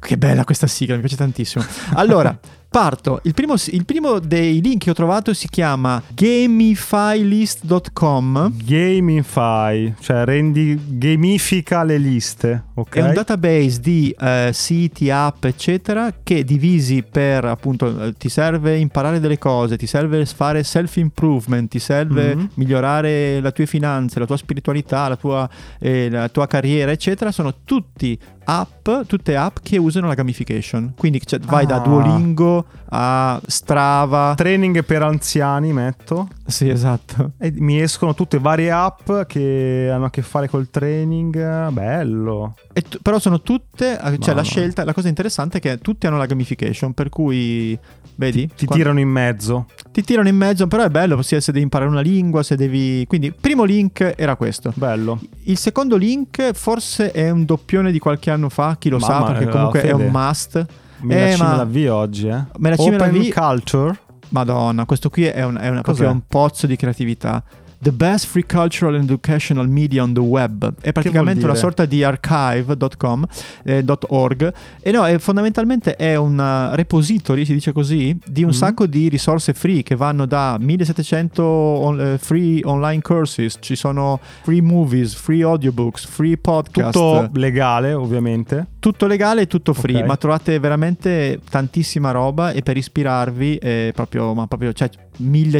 S2: Che bella questa sigla, mi piace tantissimo. Allora, parto. Il primo, il primo dei link che ho trovato si chiama gamifylist.com.
S1: Gamify, cioè rendi gamifica le liste, ok?
S2: È un database di eh, siti, app, eccetera, che divisi per appunto eh, ti serve imparare delle cose, ti serve fare self-improvement, ti serve
S1: Mhm.
S2: migliorare le tue finanze, la tua spiritualità, la tua, eh, la tua carriera, eccetera. Sono tutti app, tutte app che usano la gamification. Quindi cioè, vai da
S1: Ah.
S2: Duolingo a Strava.
S1: Training per anziani metto
S2: Sì, esatto.
S1: e mi escono tutte varie app che hanno a che fare col training. Bello.
S2: E tu- però sono tutte, cioè
S1: Mamma.
S2: la scelta, la cosa interessante è che tutti hanno la gamification, per cui vedi,
S1: Ti
S2: Qua-
S1: tirano in mezzo.
S2: ti tirano in mezzo, però è bello, sia se devi imparare una lingua, se devi... Quindi, primo link era questo.
S1: Bello.
S2: Il secondo link forse è un doppione di qualche anno fa, chi lo
S1: Mamma,
S2: sa, perché
S1: eh,
S2: comunque è
S1: Fede.
S2: un must.
S1: Me la
S2: Eh,
S1: ci
S2: ma-
S1: me la vi oggi, eh.
S2: Me la ci me la
S1: Open
S2: vi-
S1: Culture.
S2: Madonna, questo qui è un, è una- proprio
S1: Cos'è?
S2: un pozzo di creatività. The best free cultural and educational media on the web. È praticamente
S1: vuol
S2: una
S1: dire?
S2: sorta di archive.com, eh, dot .org. E no, è, fondamentalmente è un eh, repository, si dice così, di un
S1: Mhm.
S2: sacco di risorse free che vanno da 1700 on- eh, free online courses, ci sono free movies, free audiobooks, free podcast.
S1: Tutto legale, ovviamente.
S2: Tutto legale e tutto free,
S1: Ok.
S2: ma trovate veramente tantissima roba e per ispirarvi è proprio, ma proprio c'è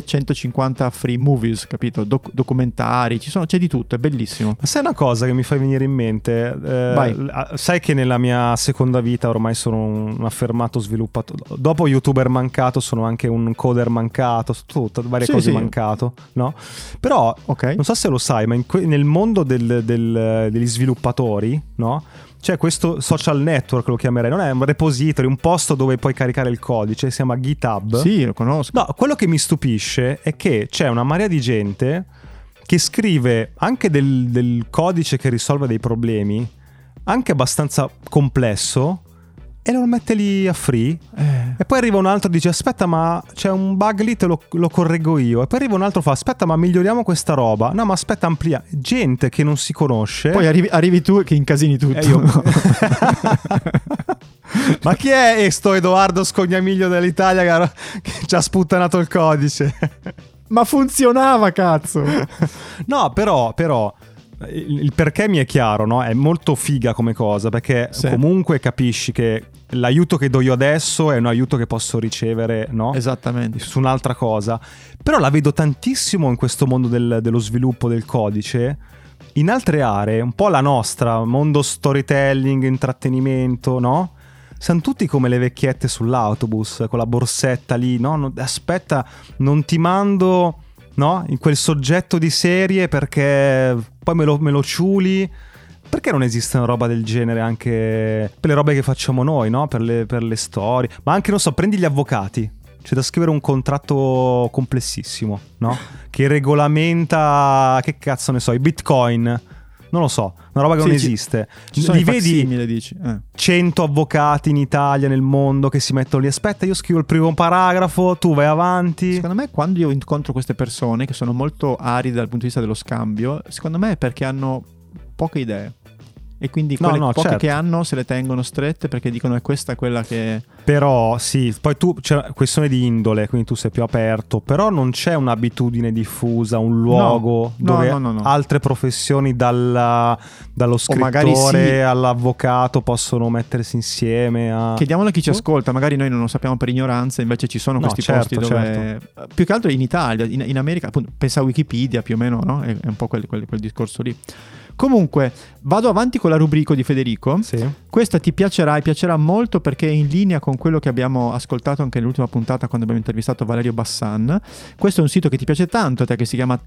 S2: 1150 free movies, capito? Doc- documentari, ci sono, c'è di tutto, è bellissimo.
S1: Ma sai una cosa che mi fai venire in mente? Eh,
S2: Vai.
S1: l- sai che nella mia seconda vita ormai sono un affermato sviluppatore. Dopo youtuber mancato, sono anche un coder mancato, tutto, varie
S2: Sì,
S1: cose
S2: sì.
S1: mancato, no? Però
S2: Ok?
S1: non so se lo sai, ma in que- nel mondo del- del- degli sviluppatori, no? C'è questo social network, lo chiamerei, non è un repository, un posto dove puoi caricare il codice, si chiama GitHub.
S2: Sì, lo conosco.
S1: No, quello che mi stupisce è che c'è una marea di gente che scrive anche del, del codice che risolve dei problemi, anche abbastanza complesso, e lo mette lì a free.
S2: Eh,
S1: E poi arriva un altro e dice: Aspetta, ma c'è un bug lì, te lo, lo correggo io. E poi arriva un altro e fa: Aspetta, ma miglioriamo questa roba. No, ma aspetta, amplia. Gente che non si conosce.
S2: poi arrivi, arrivi tu che incasini tutto.
S1: E Eh, io- ma chi è questo Edoardo Scognamiglio dell'Italia che ha- che ci ha sputtanato il codice?
S2: ma funzionava, cazzo!
S1: No, però, però il il perché mi è chiaro, no? È molto figa come cosa, perché
S2: Sì.
S1: comunque capisci che l'aiuto che do io adesso è un aiuto che posso ricevere, no?
S2: Esatto. Esattamente.
S1: Su un'altra cosa. Però la vedo tantissimo in questo mondo del- dello sviluppo del codice. In altre aree, un po' la nostra, mondo storytelling, intrattenimento, no? Siamo tutti come le vecchiette sull'autobus, con la borsetta lì, no? No, Aspetta, non ti mando no? in quel soggetto di serie perché poi me lo, me lo ciuli. Perché non esiste una roba del genere anche per le robe che facciamo noi, no? Per le, per le storie. Ma anche, non so, prendi gli avvocati. C'è da scrivere un contratto complessissimo, no? Che regolamenta, che cazzo ne so, i bitcoin. Non lo so, una roba che
S2: Sì,
S1: non
S2: ci-
S1: esiste.
S2: Ci sono
S1: Li
S2: i
S1: vedi,
S2: facsimile, dici. Eh.
S1: 100 avvocati in Italia, nel mondo, che si mettono lì. Aspetta, io scrivo il primo paragrafo, tu vai avanti.
S2: Secondo me, quando io incontro queste persone che sono molto aride dal punto di vista dello scambio, secondo me è perché hanno poche idee. E quindi
S1: No,
S2: quelle
S1: no,
S2: poche
S1: certo.
S2: che hanno se le tengono strette perché dicono è questa quella che.
S1: Però sì, poi tu c'è una questione di indole, quindi tu sei più aperto, però non c'è un'abitudine diffusa, un luogo
S2: no,
S1: dove
S2: no, no, no.
S1: altre professioni dalla- dallo
S2: magari
S1: scrittore
S2: sì.
S1: all'avvocato possono mettersi insieme a...
S2: Chiediamolo a chi ci
S1: Oh.
S2: ascolta, magari noi non lo sappiamo per ignoranza, invece ci sono
S1: No,
S2: questi
S1: certo,
S2: posti dove. Più che altro in Italia, in, in America, appunto, pensa a Wikipedia più o meno, no? È, è un po' quel, quel- quel discorso lì. Comunque, vado avanti con la rubrica di Federico.
S1: Sì.
S2: Questa ti piacerà e piacerà molto perché è in linea con quello che abbiamo ascoltato anche nell'ultima puntata quando abbiamo intervistato Valerio Bassan. Questo è un sito che ti piace tanto, te che si chiama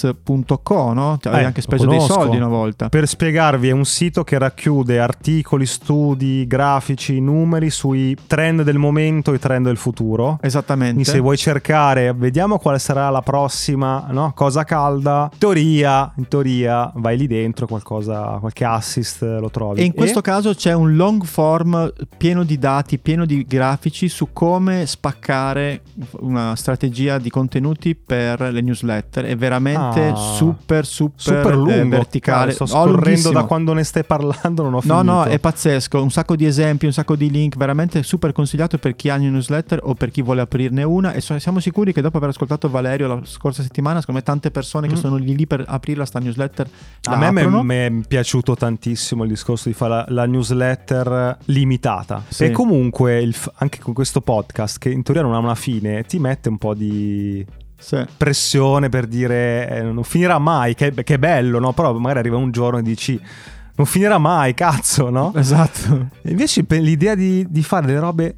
S2: trends.co, no? Ti avevi
S1: Eh,
S2: anche
S1: lo
S2: speso dei
S1: conosco.
S2: soldi una volta.
S1: Per spiegarvi, è un sito che racchiude articoli, studi, grafici, numeri sui trend del momento e i trend del futuro.
S2: Esattamente.
S1: Quindi se vuoi cercare, vediamo quale sarà la prossima no? cosa calda. Teoria, in teoria, vai lì dentro, qualcosa, qualche assist eh, lo trovi.
S2: E in questo caso c'è un long form pieno di dati, pieno di grafici su come spaccare una strategia di contenuti per le newsletter. È veramente
S1: Ah.
S2: super, super,
S1: super
S2: eh,
S1: lungo,
S2: verticale.
S1: Cavolo, Sto
S2: No,
S1: scorrendo
S2: lunghissimo.
S1: da quando ne stai parlando, non ho finito.
S2: No, no, è pazzesco, un sacco di esempi, un sacco di link, veramente super consigliato per chi ha una newsletter o per chi vuole aprirne una e so- siamo sicuri che dopo aver ascoltato Valerio la scorsa settimana, secondo me tante persone che
S1: Mm.
S2: sono lì lì per aprirla sta newsletter
S1: A
S2: la
S1: me
S2: aprono.
S1: mi è piaciuto tantissimo il discorso di fare la, la newsletter limitata.
S2: Sì.
S1: E comunque, il f- anche con questo podcast, che in teoria non ha una fine, ti mette un po' di
S2: Sì.
S1: pressione per dire eh, non finirà mai, che, che è bello, no? Però magari arriva un giorno e dici non finirà mai, cazzo, no?
S2: Esatto.
S1: E Invece per l'idea di, di fare delle robe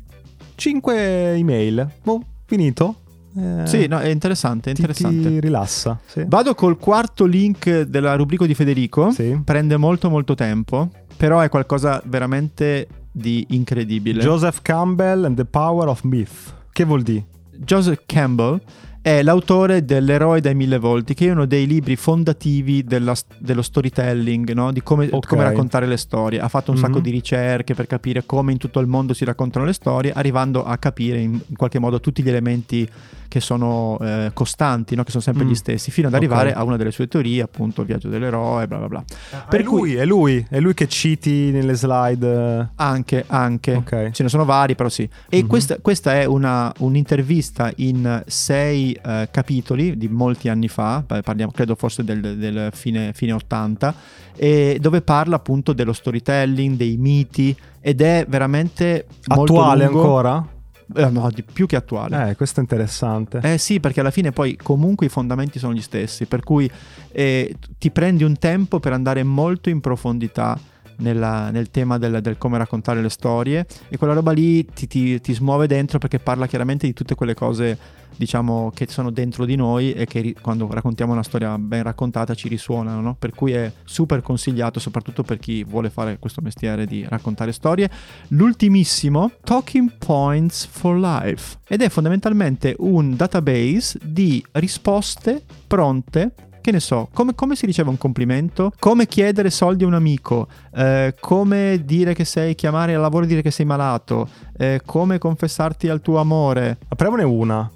S1: 5 email. Boh, finito. Eh,
S2: Sì, no, è interessante, è
S1: ti- Ti,
S2: interessante.
S1: rilassa. Sì.
S2: Vado col quarto link della rubrica di Federico.
S1: Sì.
S2: Prende molto molto tempo, però è qualcosa veramente di incredibile.
S1: Joseph Campbell and the Power of Myth. Che vuol dire?
S2: Joseph Campbell è l'autore dell'Eroe dai mille volti, che è uno dei libri fondativi della- dello storytelling, no? di come,
S1: Ok.
S2: come raccontare le storie. Ha fatto un
S1: Mhm.
S2: sacco di ricerche per capire come in tutto il mondo si raccontano le storie, arrivando a capire in, in qualche modo tutti gli elementi che sono eh, costanti, no? che sono sempre
S1: Mm.
S2: gli stessi, fino ad
S1: Ok.
S2: arrivare a una delle sue teorie, appunto il viaggio dell'eroe, bla bla bla.
S1: Per lui, Ah, è lui, è lui che citi nelle slide. eh,
S2: Anche, anche.
S1: Ok.
S2: Ce ne sono vari, però sì. E
S1: Mhm.
S2: questa, questa è una, un'intervista in sei eh, capitoli di molti anni fa, eh, parliamo credo forse del, del fine, fine 80, e dove parla appunto dello storytelling, dei miti, ed è veramente... molto
S1: Attuale
S2: lungo.
S1: ancora?
S2: Eh, no, di- più che attuale.
S1: Eh, questo è interessante.
S2: Eh sì, perché alla fine poi comunque i fondamenti sono gli stessi, per cui eh, ti prendi un tempo per andare molto in profondità nella- nel tema del, del come raccontare le storie e quella roba lì ti, ti- ti smuove dentro perché parla chiaramente di tutte quelle cose diciamo che sono dentro di noi e che ri- quando raccontiamo una storia ben raccontata ci risuonano, no? per cui è super consigliato soprattutto per chi vuole fare questo mestiere di raccontare storie. L'ultimissimo, Talking Points for Life, ed è fondamentalmente un database di risposte pronte. Che ne so, come, come si riceve un complimento, come chiedere soldi a un amico, eh, come dire che sei, chiamare al lavoro e dire che sei malato, eh, come confessarti al tuo amore.
S1: Apriamone una.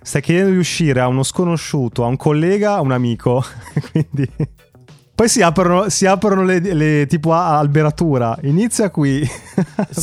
S1: Stai chiedendo di uscire a uno sconosciuto, a un collega, a un amico. Quindi. Poi si aprono, si aprono le, le- tipo a alberatura. Inizia qui.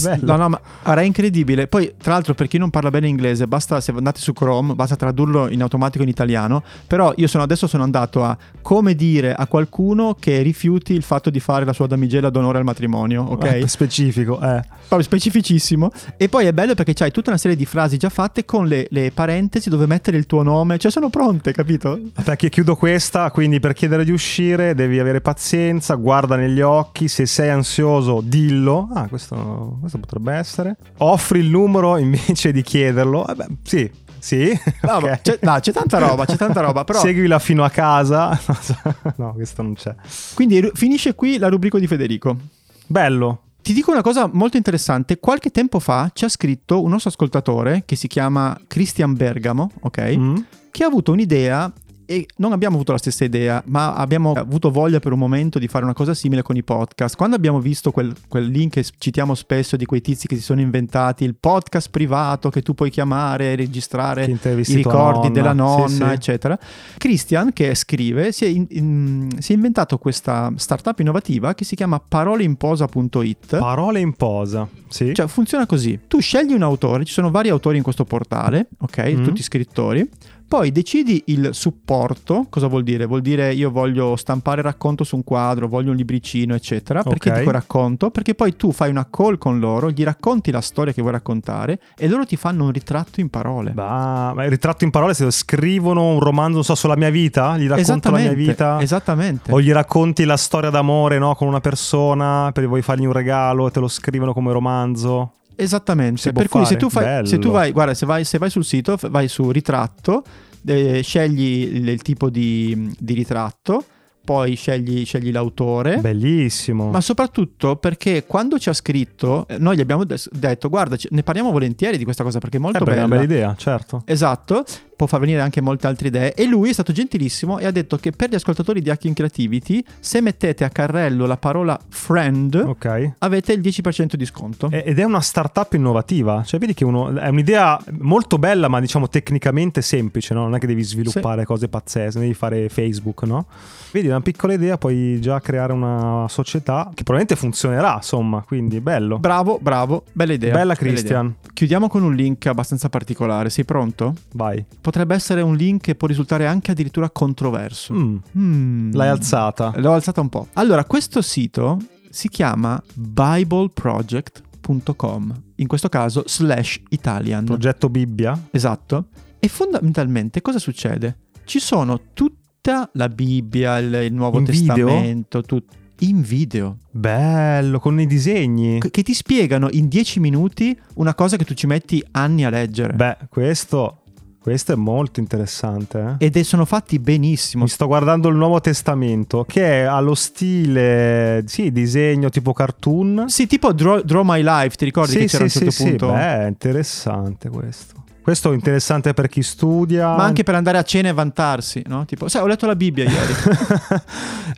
S1: Bello.
S2: No, no, ma era incredibile. Poi, tra l'altro, per chi non parla bene inglese, basta se andate su Chrome, basta tradurlo in automatico in italiano. Però io sono, adesso sono andato a come dire a qualcuno che rifiuti il fatto di fare la sua damigella d'onore al matrimonio, ok?
S1: Eh, Specifico, eh.
S2: Proprio specificissimo. E poi è bello perché c'hai tutta una serie di frasi già fatte con le, le parentesi dove mettere il tuo nome, cioè sono pronte, capito?
S1: Aspetta che chiudo questa, quindi per chiedere di uscire devi avere pazienza, guarda negli occhi, se sei ansioso dillo, ah questo, questo potrebbe essere, offri il numero invece di chiederlo, eh beh, sì, sì,
S2: No,
S1: ok.
S2: ma c'è- no, c'è tanta roba, c'è tanta roba, però-
S1: Seguila fino a casa, no questo non c'è.
S2: Quindi ru- finisce qui la rubrica di Federico.
S1: Bello,
S2: Ti dico una cosa molto interessante. Qualche tempo fa ci ha scritto un nostro ascoltatore che si chiama Christian Bergamo, ok?
S1: Mm.
S2: Che ha avuto un'idea e non abbiamo avuto la stessa idea, ma abbiamo avuto voglia per un momento di fare una cosa simile con i podcast. Quando abbiamo visto quel, quel link che citiamo spesso di quei tizi che si sono inventati, il podcast privato che tu puoi chiamare, registrare
S1: Chi
S2: i
S1: intervista tua
S2: ricordi della nonna,
S1: Sì, sì.
S2: eccetera. Christian, che scrive, si è, in- in- si è inventato questa startup innovativa che si chiama paroleimposa.it.
S1: Parole in posa, sì.
S2: Cioè, funziona così. Tu scegli un autore, ci sono vari autori in questo portale, ok?
S1: Mm.
S2: Tutti scrittori. Poi decidi il supporto, cosa vuol dire? Vuol dire io voglio stampare racconto su un quadro, voglio un libricino, eccetera. Perché
S1: Ok.
S2: dico racconto? Perché poi tu fai una call con loro, gli racconti la storia che vuoi raccontare e loro ti fanno un ritratto in parole.
S1: Bah, ma il ritratto in parole, se scrivono un romanzo, non so, sulla mia vita, gli racconto la mia vita.
S2: Esattamente.
S1: O gli racconti la storia d'amore no? con una persona, perché vuoi fargli un regalo e te lo scrivono come romanzo.
S2: Esattamente,
S1: Si può
S2: per cui se
S1: fare?
S2: tu, fai,
S1: Bello.
S2: se tu vai, guarda, se vai, se vai sul sito, f- vai su ritratto, eh, scegli il, il tipo di, di ritratto, poi scegli, scegli l'autore.
S1: Bellissimo.
S2: Ma soprattutto perché quando ci ha scritto, eh, noi gli abbiamo des- detto: Guarda, ci- ne parliamo volentieri di questa cosa perché è
S1: Eh,
S2: molto
S1: beh, è
S2: bella.
S1: una bella idea, certo.
S2: Esatto, può far venire anche molte altre idee. E lui è stato gentilissimo e ha detto che per gli ascoltatori di Hacking Creativity, se mettete a carrello la parola friend,
S1: Ok. E-
S2: avete il 10% di sconto.
S1: Ed è una startup innovativa, cioè vedi che uno, è un'idea molto bella ma diciamo tecnicamente semplice, no? non è che devi sviluppare cose pazzesche, non devi fare Facebook, no? Vedi una piccola idea, puoi già creare una società che probabilmente funzionerà, insomma, quindi bello.
S2: Bravo, bravo, bella idea.
S1: Bella Christian,
S2: idea. Chiudiamo con un link abbastanza particolare, sei pronto?
S1: vai.
S2: Potrebbe essere un link che può risultare anche addirittura controverso.
S1: Mm,
S2: Mm.
S1: L'hai alzata.
S2: L'ho alzata un po'. Allora, questo sito si chiama bibleproject.com, in questo caso slash Italian.
S1: Progetto Bibbia.
S2: Esatto. E fondamentalmente cosa succede? Ci sono tutta la Bibbia, il, il Nuovo
S1: In video?
S2: Testamento, tutto. in video.
S1: Bello, con i disegni.
S2: che- Che ti spiegano in 10 minuti una cosa che tu ci metti anni a leggere.
S1: Beh, questo, questo è molto interessante. eh.
S2: Ed è- sono fatti benissimo.
S1: Mi sto guardando il Nuovo Testamento, che ha lo stile, sì, disegno tipo cartoon.
S2: Sì, tipo Draw, Draw My Life, ti ricordi
S1: sì,
S2: che c'era
S1: sì,
S2: a un certo
S1: sì,
S2: punto?
S1: Sì, beh, interessante questo. Questo è interessante per chi studia.
S2: Ma anche per andare a cena e vantarsi, no? Tipo, sai, ho letto la Bibbia ieri.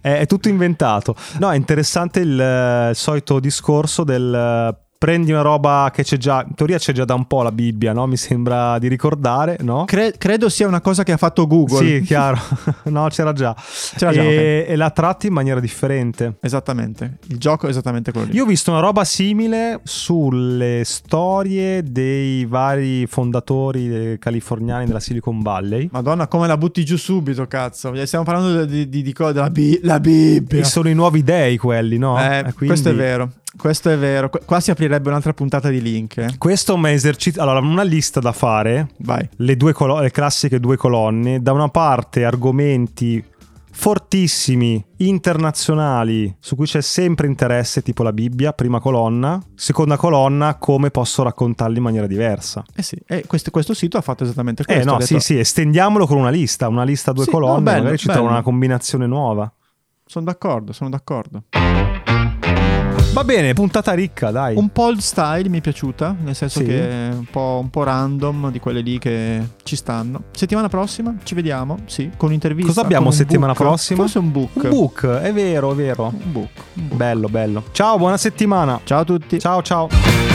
S1: è, è tutto inventato. No, è interessante il eh, solito discorso del eh, prendi una roba che c'è già, in teoria c'è già da un po' la Bibbia, no? Mi sembra di ricordare, no?
S2: Cre- credo sia una cosa che ha fatto Google.
S1: Sì, chiaro. no, c'era già.
S2: C'era già,
S1: e,
S2: ok.
S1: e la tratti in maniera differente.
S2: Esattamente. Il gioco è esattamente quello lì.
S1: Io ho visto una roba simile sulle storie dei vari fondatori eh, californiani della Silicon Valley.
S2: Madonna, come la butti giù subito, cazzo. Cioè, Stiamo parlando di, di, di cosa? Della Bi- la Bibbia.
S1: E sono i nuovi dei quelli, no?
S2: Eh,
S1: Eh, quindi-
S2: Questo è vero. Questo è vero. Qu- Qua si aprirebbe un'altra puntata di link. eh.
S1: Questo mi esercita. Allora, una lista da fare,
S2: Vai.
S1: le, due colo- le classiche due colonne. Da una parte argomenti fortissimi, internazionali, su cui c'è sempre interesse, tipo la Bibbia, prima colonna. Seconda colonna, come posso raccontarli in maniera diversa.
S2: Eh sì, eh, questo, questo sito ha fatto esattamente questo.
S1: Eh no,
S2: ha
S1: sì,
S2: detto,
S1: sì, estendiamolo con una lista, una lista a due
S2: Sì, no,
S1: colonne,
S2: bello,
S1: magari ci
S2: bello.
S1: trova una combinazione nuova.
S2: Sono d'accordo, sono d'accordo.
S1: Va bene, puntata ricca, dai.
S2: Un po' il style mi è piaciuta, nel senso
S1: Sì.
S2: che è un po', un po' random di quelle lì che ci stanno. Settimana prossima ci vediamo, sì, con un'intervista.
S1: Cosa abbiamo
S2: con un
S1: settimana
S2: book.
S1: prossima?
S2: Forse un book.
S1: Un book, è vero, è vero.
S2: Un book, un book.
S1: Bello, bello. Ciao, buona settimana.
S2: Ciao a tutti.
S1: Ciao, ciao.